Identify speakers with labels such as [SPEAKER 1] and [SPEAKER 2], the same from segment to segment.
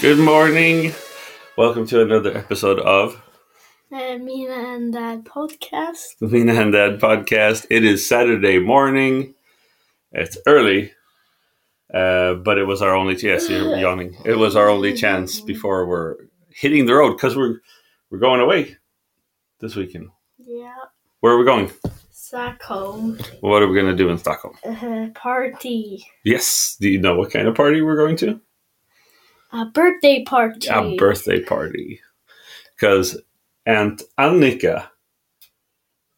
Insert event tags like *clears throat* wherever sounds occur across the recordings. [SPEAKER 1] Good morning. Welcome to another episode of
[SPEAKER 2] Uh, Mina and Dad podcast.
[SPEAKER 1] the Mina and Dad podcast. It is Saturday morning. It's early, uh, but it was our only chance. You're yawning. It was our only chance before we're hitting the road because we're we're going away this weekend.
[SPEAKER 2] Yeah,
[SPEAKER 1] Where are we going?
[SPEAKER 2] Stockholm
[SPEAKER 1] What are we going to do in Stockholm?
[SPEAKER 2] uh, party,
[SPEAKER 1] Yes. Do you know what kind of party we're going to?
[SPEAKER 2] a birthday party.
[SPEAKER 1] a birthday party because Aunt Annika,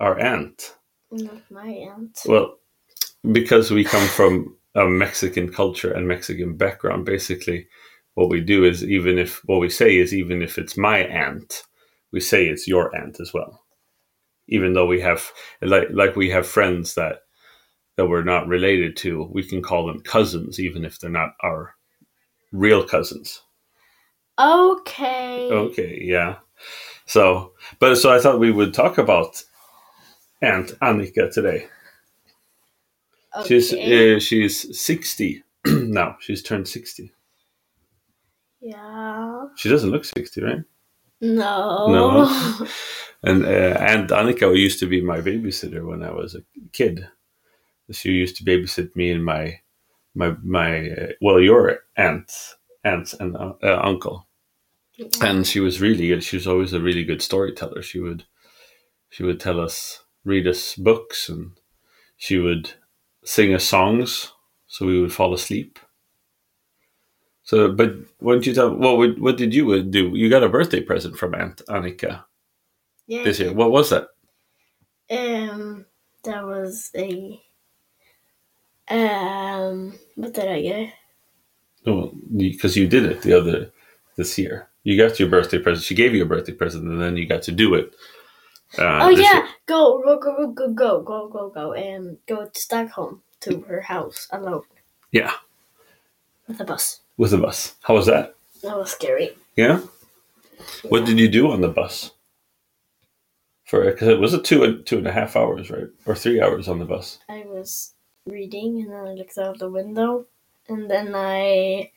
[SPEAKER 1] our aunt,
[SPEAKER 2] Not my aunt.
[SPEAKER 1] well, because we come from a Mexican culture and Mexican background, basically, what we do is even if what we say is even if it's my aunt, we say it's your aunt as well, even though we have like like we have friends that that we're not related to, we can call them cousins even if they're not our real cousins.
[SPEAKER 2] Okay.
[SPEAKER 1] Okay, yeah. So, but so I thought we would talk about Aunt Annika today. She's
[SPEAKER 2] Okay.
[SPEAKER 1] uh, she's sixty *clears throat* now. She's turned sixty.
[SPEAKER 2] yeah.
[SPEAKER 1] She doesn't look sixty, right?
[SPEAKER 2] No. *laughs*
[SPEAKER 1] No. And uh, Aunt Annika used to be my babysitter when I was a kid. She used to babysit me and my my my uh, well, your aunts, aunts and uh, uh, uncle. and she was really good she was always a really good storyteller she would she would tell us read us books and she would sing us songs so we would fall asleep so but why don't you tell what would, what did you do you got a birthday present from aunt annika
[SPEAKER 2] yeah.
[SPEAKER 1] this year what was that
[SPEAKER 2] Um, that was a. Um, what did I get?
[SPEAKER 1] because you did it the other this year you got your birthday present she gave you a birthday present and then you got to do it uh,
[SPEAKER 2] oh
[SPEAKER 1] this
[SPEAKER 2] yeah,
[SPEAKER 1] year.
[SPEAKER 2] go go go go go go go go and go to Stockholm to her house alone
[SPEAKER 1] yeah
[SPEAKER 2] with a bus.
[SPEAKER 1] with the bus how was that
[SPEAKER 2] That was scary.
[SPEAKER 1] Yeah. What did you do on the bus? For because it was a two and two and a half hours, right, or three hours on the bus.
[SPEAKER 2] I was reading and then I looked out the window and then I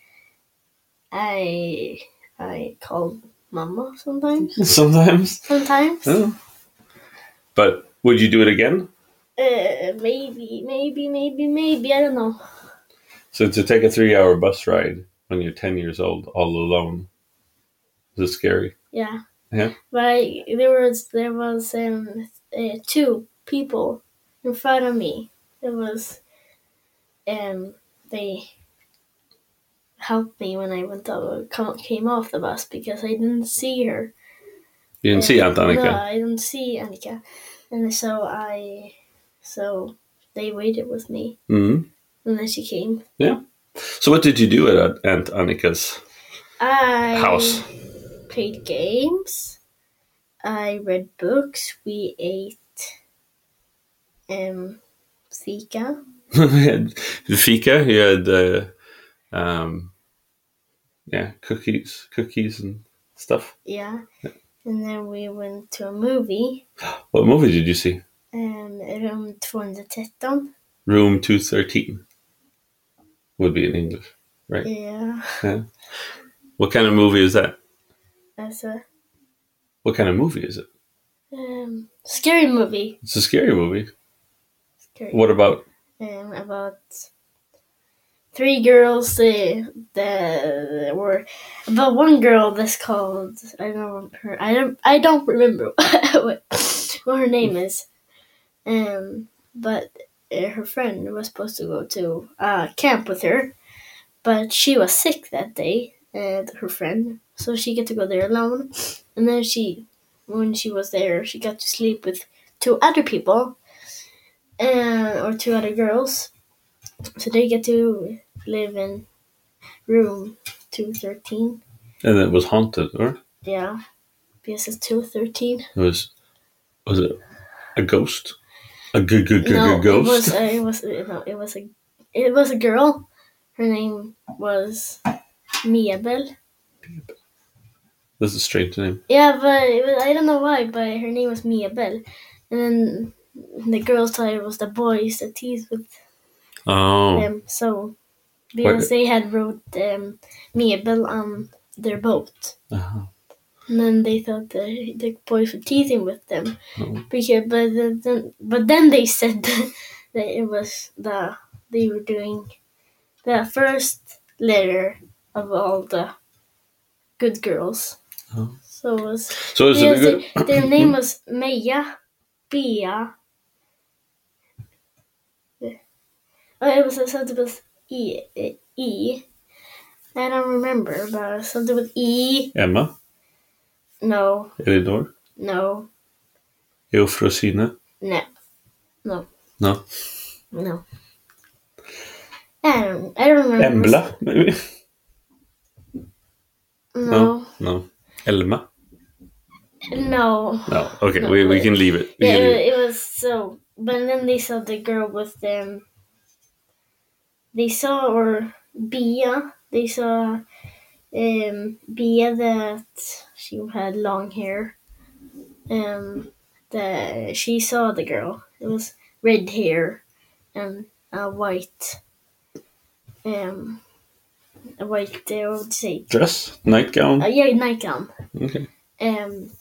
[SPEAKER 2] I I called mama sometimes.
[SPEAKER 1] *laughs* Sometimes.
[SPEAKER 2] Sometimes. Uh,
[SPEAKER 1] Yeah. But would you do it again?
[SPEAKER 2] Uh, maybe, maybe, maybe, maybe, I don't know.
[SPEAKER 1] So to take a three-hour bus ride when you're ten years old, all alone, is it scary?
[SPEAKER 2] Yeah.
[SPEAKER 1] Yeah.
[SPEAKER 2] But I, there was there was um uh, two people in front of me. It was um they helped me when I went to, come- came off the bus because I didn't see her.
[SPEAKER 1] You didn't see Aunt Annika.
[SPEAKER 2] No, I didn't see Annika. And so I, so they waited with me,
[SPEAKER 1] Mhm.
[SPEAKER 2] and then she came.
[SPEAKER 1] So what did you do at Aunt Annika's?
[SPEAKER 2] I
[SPEAKER 1] House. *laughs*
[SPEAKER 2] played games. I read books. We ate, um, fika.
[SPEAKER 1] you had fika. You had, uh, um, yeah, cookies, cookies and stuff.
[SPEAKER 2] Yeah. And then we went to a movie.
[SPEAKER 1] What movie did you see?
[SPEAKER 2] Um, room 213.
[SPEAKER 1] Room 213 would be in English.
[SPEAKER 2] Yeah.
[SPEAKER 1] What kind of movie is that?
[SPEAKER 2] That's a
[SPEAKER 1] What kind of movie is it?
[SPEAKER 2] um scary movie.
[SPEAKER 1] It's a scary movie.
[SPEAKER 2] Scary.
[SPEAKER 1] What about
[SPEAKER 2] um, about three girls that, that were about one girl that's called I don't remember her I don't I don't remember *laughs* what, what her name is, um, but uh, her friend was supposed to go to uh, camp with her, but she was sick that day. And her friend, so she got to go there alone, and then she, when she was there, she got to sleep with two other people, and or two other girls. So they get to live in room two thirteen.
[SPEAKER 1] and it was haunted, or
[SPEAKER 2] Yeah. Because it's two thirteen.
[SPEAKER 1] it was was it a ghost? A good good
[SPEAKER 2] No,
[SPEAKER 1] good
[SPEAKER 2] it was
[SPEAKER 1] ghost.
[SPEAKER 2] a, it was a- no, it was a it was a girl. Her name was Miabel.
[SPEAKER 1] *laughs* That's a strange name.
[SPEAKER 2] Yeah, but it was, I don't know why, but her name was Miabel. And then the girls thought it was the boys that teased with
[SPEAKER 1] Oh,
[SPEAKER 2] them. So because they had wrote um, Miabel on their boat.
[SPEAKER 1] Uh-huh.
[SPEAKER 2] And then they thought the the boys were teasing with them
[SPEAKER 1] Oh.
[SPEAKER 2] because but then- then but then they said *laughs* that it was the they were doing the first letter of all the good girls.
[SPEAKER 1] Oh.
[SPEAKER 2] So it was
[SPEAKER 1] So is it a
[SPEAKER 2] Yes,
[SPEAKER 1] good?
[SPEAKER 2] they- their name was Meja, Bia. Oh, it was something with E. eh, E. I don't remember, but it was something with E.
[SPEAKER 1] Emma,
[SPEAKER 2] No,
[SPEAKER 1] Eleanor,
[SPEAKER 2] no,
[SPEAKER 1] Eufrosina.
[SPEAKER 2] no,
[SPEAKER 1] No,
[SPEAKER 2] no. I don't, I don't remember.
[SPEAKER 1] Embla maybe.
[SPEAKER 2] No,
[SPEAKER 1] No, Elma.
[SPEAKER 2] no.
[SPEAKER 1] No. Okay,
[SPEAKER 2] No,
[SPEAKER 1] we, we
[SPEAKER 2] wait.
[SPEAKER 1] can leave it. We
[SPEAKER 2] Yeah,
[SPEAKER 1] can leave it.
[SPEAKER 2] it, it was so. But then they saw the girl with them. They saw or Bia. They saw um, Bia that she had long hair. Um, that she saw the girl. It was red hair and a white. Um, a white. Uh, what would you say?
[SPEAKER 1] Dress, nightgown.
[SPEAKER 2] Uh, yeah, nightgown.
[SPEAKER 1] Okay.
[SPEAKER 2] Um,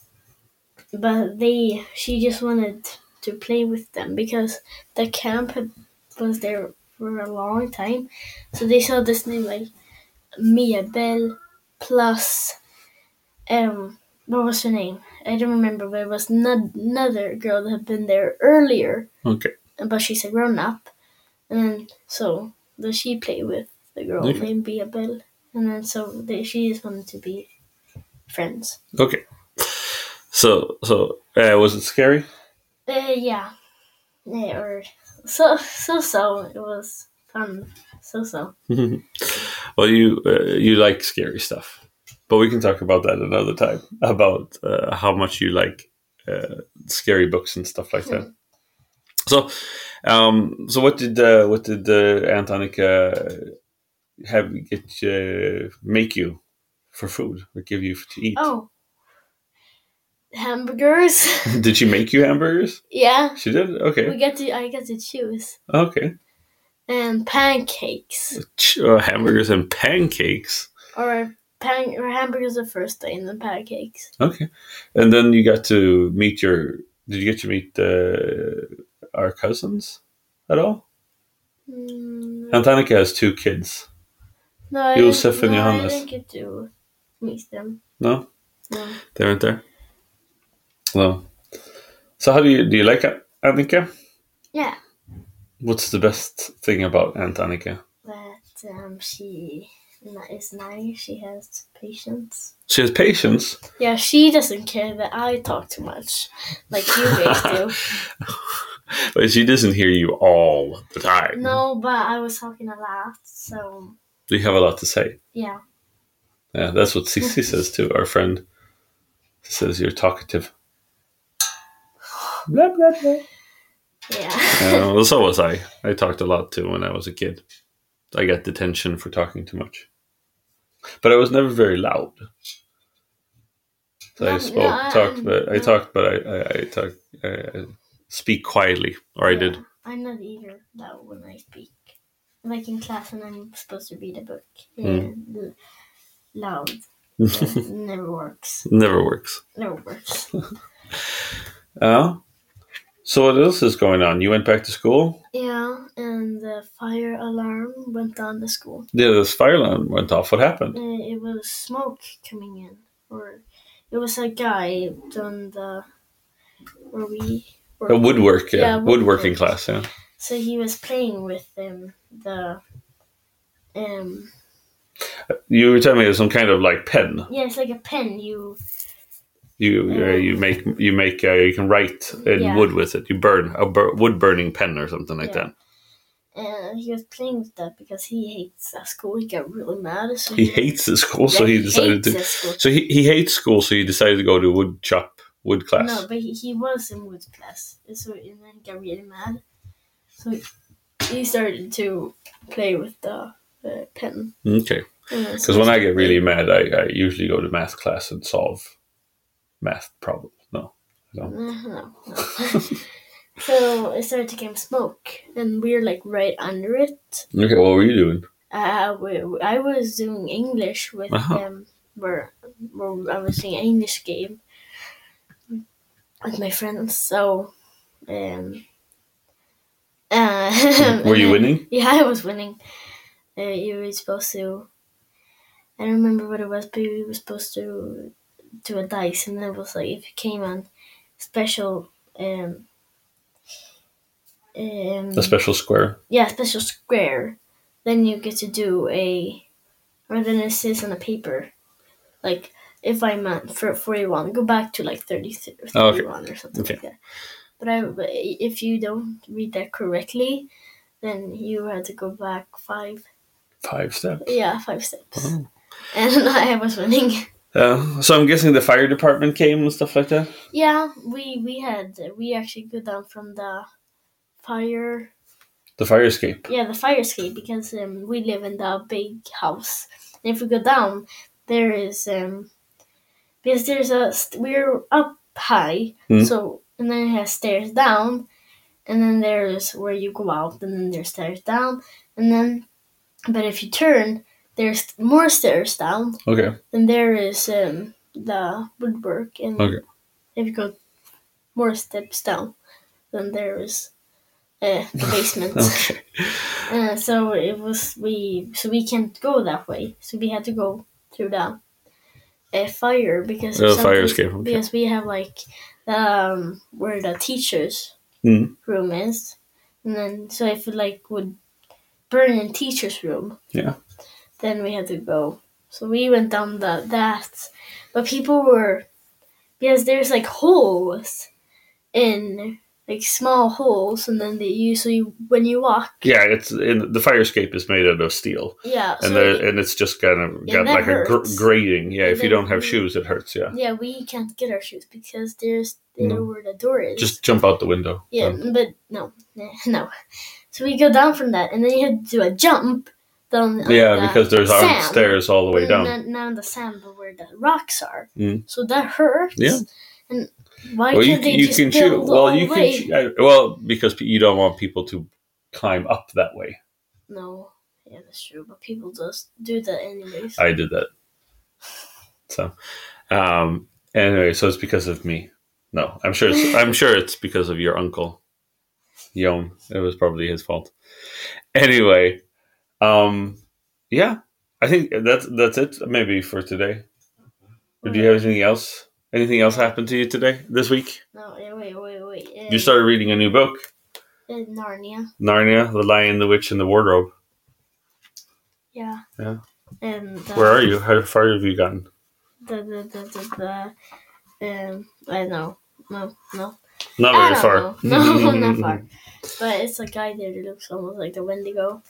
[SPEAKER 2] but they, she just wanted to play with them because the camp had, was there for a long time. So they saw this name like Mia Bell plus, um, what was her name? I don't remember, but it was no- another girl that had been there earlier,
[SPEAKER 1] Okay.
[SPEAKER 2] but she's a grown up. And then, so the, she played with the girl
[SPEAKER 1] Okay.
[SPEAKER 2] named Mia Bell. And then, so they, she just wanted to be friends.
[SPEAKER 1] Okay. So so uh, was it scary? *laughs*
[SPEAKER 2] Uh, yeah. Yeah, or so so so it was fun. So so.
[SPEAKER 1] well, you uh, you like scary stuff, but we can talk about that another time about uh, how much you like uh, scary books and stuff like that. So, um, so what did uh, what did uh, Aunt Annika have get uh, make you for food or give you to eat?
[SPEAKER 2] Oh. Hamburgers.
[SPEAKER 1] *laughs*
[SPEAKER 2] *laughs*
[SPEAKER 1] Did she make you hamburgers?
[SPEAKER 2] yeah.
[SPEAKER 1] She did.
[SPEAKER 2] We
[SPEAKER 1] Okay,
[SPEAKER 2] get to I get to choose.
[SPEAKER 1] okay.
[SPEAKER 2] And pancakes.
[SPEAKER 1] Ch- uh, hamburgers and pancakes.
[SPEAKER 2] Or pan or hamburgers the first day and then pancakes.
[SPEAKER 1] Okay, and then you got to meet your. Did you get to meet uh, our cousins at all?
[SPEAKER 2] Mm,
[SPEAKER 1] Aunt Annika has two kids.
[SPEAKER 2] no, I
[SPEAKER 1] Josef
[SPEAKER 2] didn't-
[SPEAKER 1] and
[SPEAKER 2] no,
[SPEAKER 1] Johannes.
[SPEAKER 2] I didn't get to meet them.
[SPEAKER 1] No,
[SPEAKER 2] No.
[SPEAKER 1] they weren't there. No. So how do you do? You like Aunt Annika?
[SPEAKER 2] Yeah.
[SPEAKER 1] What's the best thing about Aunt Annika?
[SPEAKER 2] But um she ni- is nice. She has patience.
[SPEAKER 1] She has patience.
[SPEAKER 2] Yeah, she doesn't care that I talk too much, like you guys do.
[SPEAKER 1] But she doesn't hear you all the time.
[SPEAKER 2] No, but I was talking a lot, so
[SPEAKER 1] You have a lot to say.
[SPEAKER 2] yeah.
[SPEAKER 1] Yeah, that's what Cece says too. Our friend says you're talkative. Blah blah blah.
[SPEAKER 2] Yeah.
[SPEAKER 1] Uh, well, so was I. I talked a lot too when I was a kid. I got detention for talking too much, but I was never very loud. So I
[SPEAKER 2] No,
[SPEAKER 1] spoke,
[SPEAKER 2] no, I-
[SPEAKER 1] talked, but I
[SPEAKER 2] no.
[SPEAKER 1] talked, but I, I, I talked, I, I speak quietly, or I did.
[SPEAKER 2] Yeah, I'm not either loud when I speak. Like in class when I'm supposed to read a book.
[SPEAKER 1] Hmm.
[SPEAKER 2] Yeah, l- loud.
[SPEAKER 1] *laughs*
[SPEAKER 2] Yeah, never works.
[SPEAKER 1] Never works.
[SPEAKER 2] Never works.
[SPEAKER 1] Uh, so what else is going on? You went back to school.
[SPEAKER 2] Yeah, and the fire alarm went on the school.
[SPEAKER 1] Yeah, this fire alarm went off. What happened?
[SPEAKER 2] Uh, it was smoke coming in, or it was a guy done the where we were.
[SPEAKER 1] A woodwork, yeah,
[SPEAKER 2] Yeah,
[SPEAKER 1] woodworking
[SPEAKER 2] woodwork.
[SPEAKER 1] class, yeah.
[SPEAKER 2] So he was playing with um, the um
[SPEAKER 1] You were telling me it was some kind of like pen.
[SPEAKER 2] yeah, it's like a pen. You
[SPEAKER 1] You uh,
[SPEAKER 2] Yeah.
[SPEAKER 1] you make you make uh, you can write in
[SPEAKER 2] Mm. Yeah.
[SPEAKER 1] wood with it. You burn a bur- wood burning pen or something like
[SPEAKER 2] Yeah. uh, he was playing with that because he hates that school. He got really mad. So
[SPEAKER 1] that. He hates his school, so
[SPEAKER 2] Mm-hmm. yeah,
[SPEAKER 1] he decided
[SPEAKER 2] hates
[SPEAKER 1] to.
[SPEAKER 2] that school.
[SPEAKER 1] So he, he hates school, so he decided to go to wood shop wood class.
[SPEAKER 2] No, but he, he was in wood class, and so and then he got really mad. So he started to play with the uh, pen.
[SPEAKER 1] Okay, because when I get really mad, I, I usually go to math class and solve math problems. No,
[SPEAKER 2] No, no. Uh-huh. *laughs* so it started to come smoke, and we were like right under it.
[SPEAKER 1] okay, what were you doing?
[SPEAKER 2] Uh, we, I was doing English with
[SPEAKER 1] Uh-huh.
[SPEAKER 2] um, where where I was playing an English game with my friends. So, um, uh, *laughs*
[SPEAKER 1] Were you winning?
[SPEAKER 2] Yeah, I was winning. Uh, you were supposed to. I don't remember what it was, but you were supposed to do a dice, and it was like if you came on special. Um, um,
[SPEAKER 1] A special square.
[SPEAKER 2] yeah, special square. Then you get to do a, or then it says on the paper, like if I'm at for forty-one, go back to like 30,
[SPEAKER 1] Oh, okay.
[SPEAKER 2] 31 or something
[SPEAKER 1] Okay.
[SPEAKER 2] like that. But I, but if you don't read that correctly, then you had to go back five,
[SPEAKER 1] Five steps.
[SPEAKER 2] yeah, five steps.
[SPEAKER 1] Oh.
[SPEAKER 2] And *laughs* I was winning.
[SPEAKER 1] Uh, so I'm guessing the fire department came and stuff like that.
[SPEAKER 2] Yeah, we we had we actually go down from the fire
[SPEAKER 1] The fire escape.
[SPEAKER 2] Yeah, the fire escape because um, we live in the big house. And if we go down, there is um because there's a st- we're up high,
[SPEAKER 1] Mm.
[SPEAKER 2] so and then it has stairs down, and then there's where you go out, and then there's stairs down, and then but if you turn, there's more stairs down,
[SPEAKER 1] Okay.
[SPEAKER 2] and there is um the woodwork, and
[SPEAKER 1] Okay.
[SPEAKER 2] if you go more steps down, then there is
[SPEAKER 1] *laughs*
[SPEAKER 2] uh, the basement.
[SPEAKER 1] Okay.
[SPEAKER 2] *laughs* Uh, so it was we so we can't go that way. So we had to go through the uh, fire because of
[SPEAKER 1] Oh, fire
[SPEAKER 2] something-
[SPEAKER 1] escape, okay.
[SPEAKER 2] Because we have like the, um where the teachers'
[SPEAKER 1] Mm.
[SPEAKER 2] room is, and then so if it like would burn in teachers' room,
[SPEAKER 1] Yeah.
[SPEAKER 2] then we had to go. So we went down the that, but people were because there's like holes in like small holes, and then they usually when you walk,
[SPEAKER 1] Yeah, it's in, the fire escape is made out of steel,
[SPEAKER 2] yeah,
[SPEAKER 1] and
[SPEAKER 2] so
[SPEAKER 1] there, and it's just kind of
[SPEAKER 2] Yeah,
[SPEAKER 1] got
[SPEAKER 2] that
[SPEAKER 1] like a gr-
[SPEAKER 2] hurts.
[SPEAKER 1] grating. Yeah,
[SPEAKER 2] And
[SPEAKER 1] if you
[SPEAKER 2] then
[SPEAKER 1] don't have
[SPEAKER 2] you-
[SPEAKER 1] shoes, it hurts. Yeah,
[SPEAKER 2] Yeah, we can't get our shoes because there's there
[SPEAKER 1] No.
[SPEAKER 2] where the door is.
[SPEAKER 1] just jump out the window.
[SPEAKER 2] yeah,
[SPEAKER 1] Um,
[SPEAKER 2] but no, *laughs* no. So we go down from that, and then you had to do a jump down. on
[SPEAKER 1] yeah,
[SPEAKER 2] the
[SPEAKER 1] because there's aren't
[SPEAKER 2] sand.
[SPEAKER 1] stairs all the way down.
[SPEAKER 2] Not, not on the sand, but where the rocks are.
[SPEAKER 1] Mm.
[SPEAKER 2] So that hurts.
[SPEAKER 1] Yeah.
[SPEAKER 2] And why
[SPEAKER 1] Well, you,
[SPEAKER 2] can't
[SPEAKER 1] can-
[SPEAKER 2] they
[SPEAKER 1] you
[SPEAKER 2] just
[SPEAKER 1] can
[SPEAKER 2] build
[SPEAKER 1] shoot.
[SPEAKER 2] all
[SPEAKER 1] Well, you
[SPEAKER 2] the
[SPEAKER 1] can.
[SPEAKER 2] way?
[SPEAKER 1] Sh- I- well, because you don't want people to climb up that way.
[SPEAKER 2] no. Yeah, that's true. But people just do that anyways.
[SPEAKER 1] I did that. So, um, anyway, so it's because of me. No, I'm sure. It's, I'm sure it's because of your uncle, Yom. It was probably his fault. Anyway, um, yeah, I think that's that's it. Maybe for today. Do you have anything else? Anything else happened to you today? This week,
[SPEAKER 2] no, yeah, wait, wait, wait. Uh,
[SPEAKER 1] you started reading a new book,
[SPEAKER 2] uh, Narnia.
[SPEAKER 1] Narnia: The Lion, the Witch, and the Wardrobe.
[SPEAKER 2] Yeah.
[SPEAKER 1] Yeah.
[SPEAKER 2] And uh,
[SPEAKER 1] Where are you? How far have you gotten?
[SPEAKER 2] the the the the, the um I know no no
[SPEAKER 1] Not very
[SPEAKER 2] I don't
[SPEAKER 1] far.
[SPEAKER 2] know. *laughs* no not
[SPEAKER 1] *laughs*
[SPEAKER 2] far but it's a guy there that looks almost like the Wendigo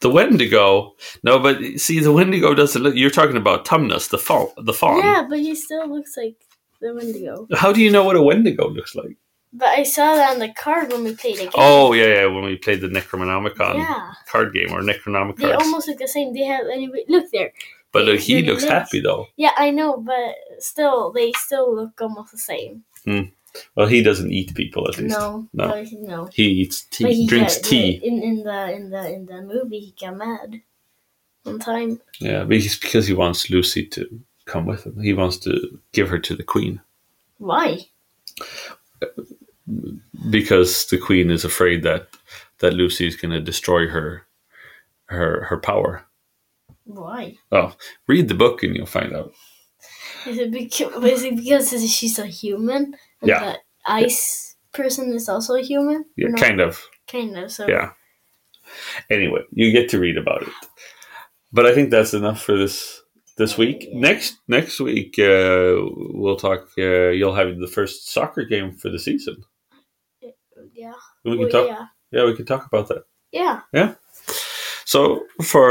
[SPEAKER 1] The Wendigo. No, but see, the Wendigo doesn't look. You're talking about Tumnus, the fawn. The fawn.
[SPEAKER 2] yeah but he still looks like the Wendigo
[SPEAKER 1] How do you know what a Wendigo looks like?
[SPEAKER 2] but I saw that on the card when we played again
[SPEAKER 1] Oh yeah, yeah. When we played the Necronomicon
[SPEAKER 2] yeah
[SPEAKER 1] card game or Necronomicon,
[SPEAKER 2] they almost look the same they have anyway look there
[SPEAKER 1] but uh, he
[SPEAKER 2] they- they
[SPEAKER 1] looks
[SPEAKER 2] look-
[SPEAKER 1] happy though.
[SPEAKER 2] yeah I know but still they still look almost the same
[SPEAKER 1] Well, he doesn't eat people at least.
[SPEAKER 2] no
[SPEAKER 1] No.
[SPEAKER 2] no no
[SPEAKER 1] He eats tea.
[SPEAKER 2] But he
[SPEAKER 1] drinks
[SPEAKER 2] got-
[SPEAKER 1] tea.
[SPEAKER 2] in in the in the in the movie he got mad one time
[SPEAKER 1] Yeah, but he's because he wants Lucy to come with him. He wants to give her to the queen
[SPEAKER 2] why
[SPEAKER 1] because the queen is afraid that that Lucy is going to destroy her her her power.
[SPEAKER 2] why
[SPEAKER 1] Oh, read the book and you'll find out.
[SPEAKER 2] Is it because, is it because she's a human? And
[SPEAKER 1] Yeah.
[SPEAKER 2] The ice person is also a human?
[SPEAKER 1] Yeah,
[SPEAKER 2] No,
[SPEAKER 1] kind of.
[SPEAKER 2] kind of. So
[SPEAKER 1] Yeah. Anyway, you get to read about it. But I think that's enough for this this week.
[SPEAKER 2] Yeah.
[SPEAKER 1] Next next week uh, we'll talk. Uh, you'll have the first soccer game for the season.
[SPEAKER 2] yeah.
[SPEAKER 1] We can
[SPEAKER 2] Well,
[SPEAKER 1] talk.
[SPEAKER 2] yeah.
[SPEAKER 1] Yeah. we can talk about that.
[SPEAKER 2] Yeah.
[SPEAKER 1] So for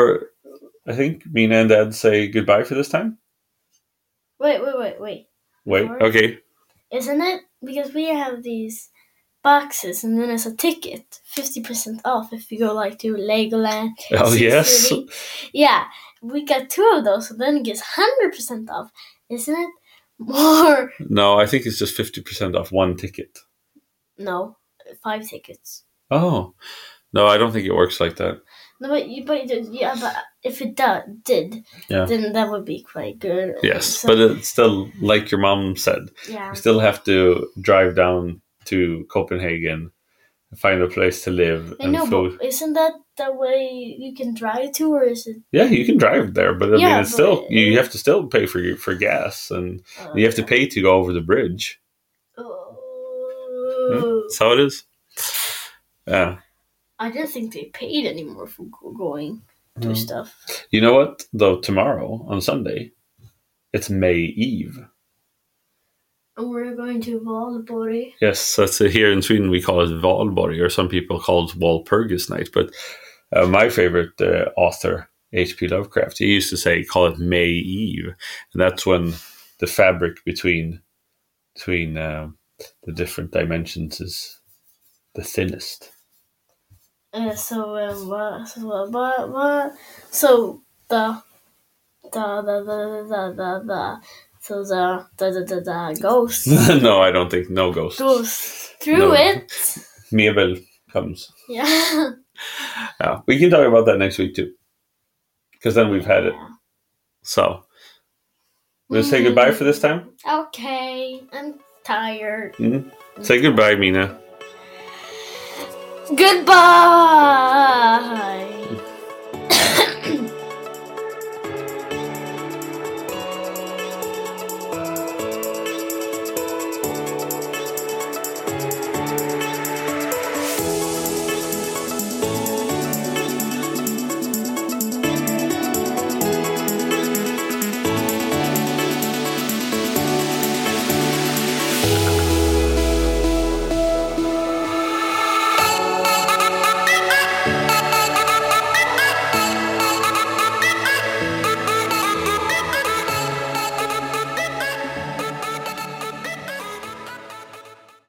[SPEAKER 1] I think Mina and Dad say goodbye for this time.
[SPEAKER 2] Wait, wait, wait, wait.
[SPEAKER 1] Wait.
[SPEAKER 2] Sure.
[SPEAKER 1] Okay.
[SPEAKER 2] Isn't it? Because we have these boxes and then it's a ticket. 50% off if you go like to Legoland.
[SPEAKER 1] *laughs* Oh
[SPEAKER 2] Six
[SPEAKER 1] yes.
[SPEAKER 2] City. Yeah. We got two of those, so then it gets 100% off. Isn't it? More.
[SPEAKER 1] No, I think it's just fifty percent off one ticket.
[SPEAKER 2] No. Five tickets.
[SPEAKER 1] Oh no, I don't think it works like that.
[SPEAKER 2] No, but you, but you, yeah, but if it do, did,
[SPEAKER 1] Yeah.
[SPEAKER 2] then that would be quite good.
[SPEAKER 1] Yes,
[SPEAKER 2] So-
[SPEAKER 1] but it's still like your mom said.
[SPEAKER 2] yeah,
[SPEAKER 1] You still have to drive down to Copenhagen, find a place to live,
[SPEAKER 2] I know.
[SPEAKER 1] fo-
[SPEAKER 2] But isn't that the way you can drive to, or is it?
[SPEAKER 1] Yeah, you can drive there, but I mean,
[SPEAKER 2] Yeah,
[SPEAKER 1] it's still
[SPEAKER 2] but-
[SPEAKER 1] you have to still pay for your, for gas, and
[SPEAKER 2] Uh,
[SPEAKER 1] you have to pay to go over the bridge.
[SPEAKER 2] Oh.
[SPEAKER 1] That's how it is. Yeah,
[SPEAKER 2] I don't think they paid anymore for go- going to
[SPEAKER 1] Mm.
[SPEAKER 2] stuff.
[SPEAKER 1] you know what? Though tomorrow on Sunday, it's May Eve.
[SPEAKER 2] And we're going to Valborg.
[SPEAKER 1] Yes, that's it. here in Sweden we call it Valborg, or some people call it Walpurgis Night. But uh, my favorite uh, author, H.P. Lovecraft, he used to say call it May Eve, and that's when the fabric between between um the different dimensions is the thinnest. *laughs*
[SPEAKER 2] Uh, so um, what? So what? What? what so the the the the the the, the so the the the, the, the
[SPEAKER 1] *laughs*
[SPEAKER 2] ghost
[SPEAKER 1] no, I don't think no ghosts.
[SPEAKER 2] goes through
[SPEAKER 1] No.
[SPEAKER 2] it.
[SPEAKER 1] Mabel comes.
[SPEAKER 2] Yeah.
[SPEAKER 1] Yeah, we can talk about that next week too, because then we've had it. So let's
[SPEAKER 2] Mm-hmm.
[SPEAKER 1] say goodbye for this time.
[SPEAKER 2] Okay, I'm tired.
[SPEAKER 1] Mhm. Say goodbye, Mina.
[SPEAKER 2] Goodbye.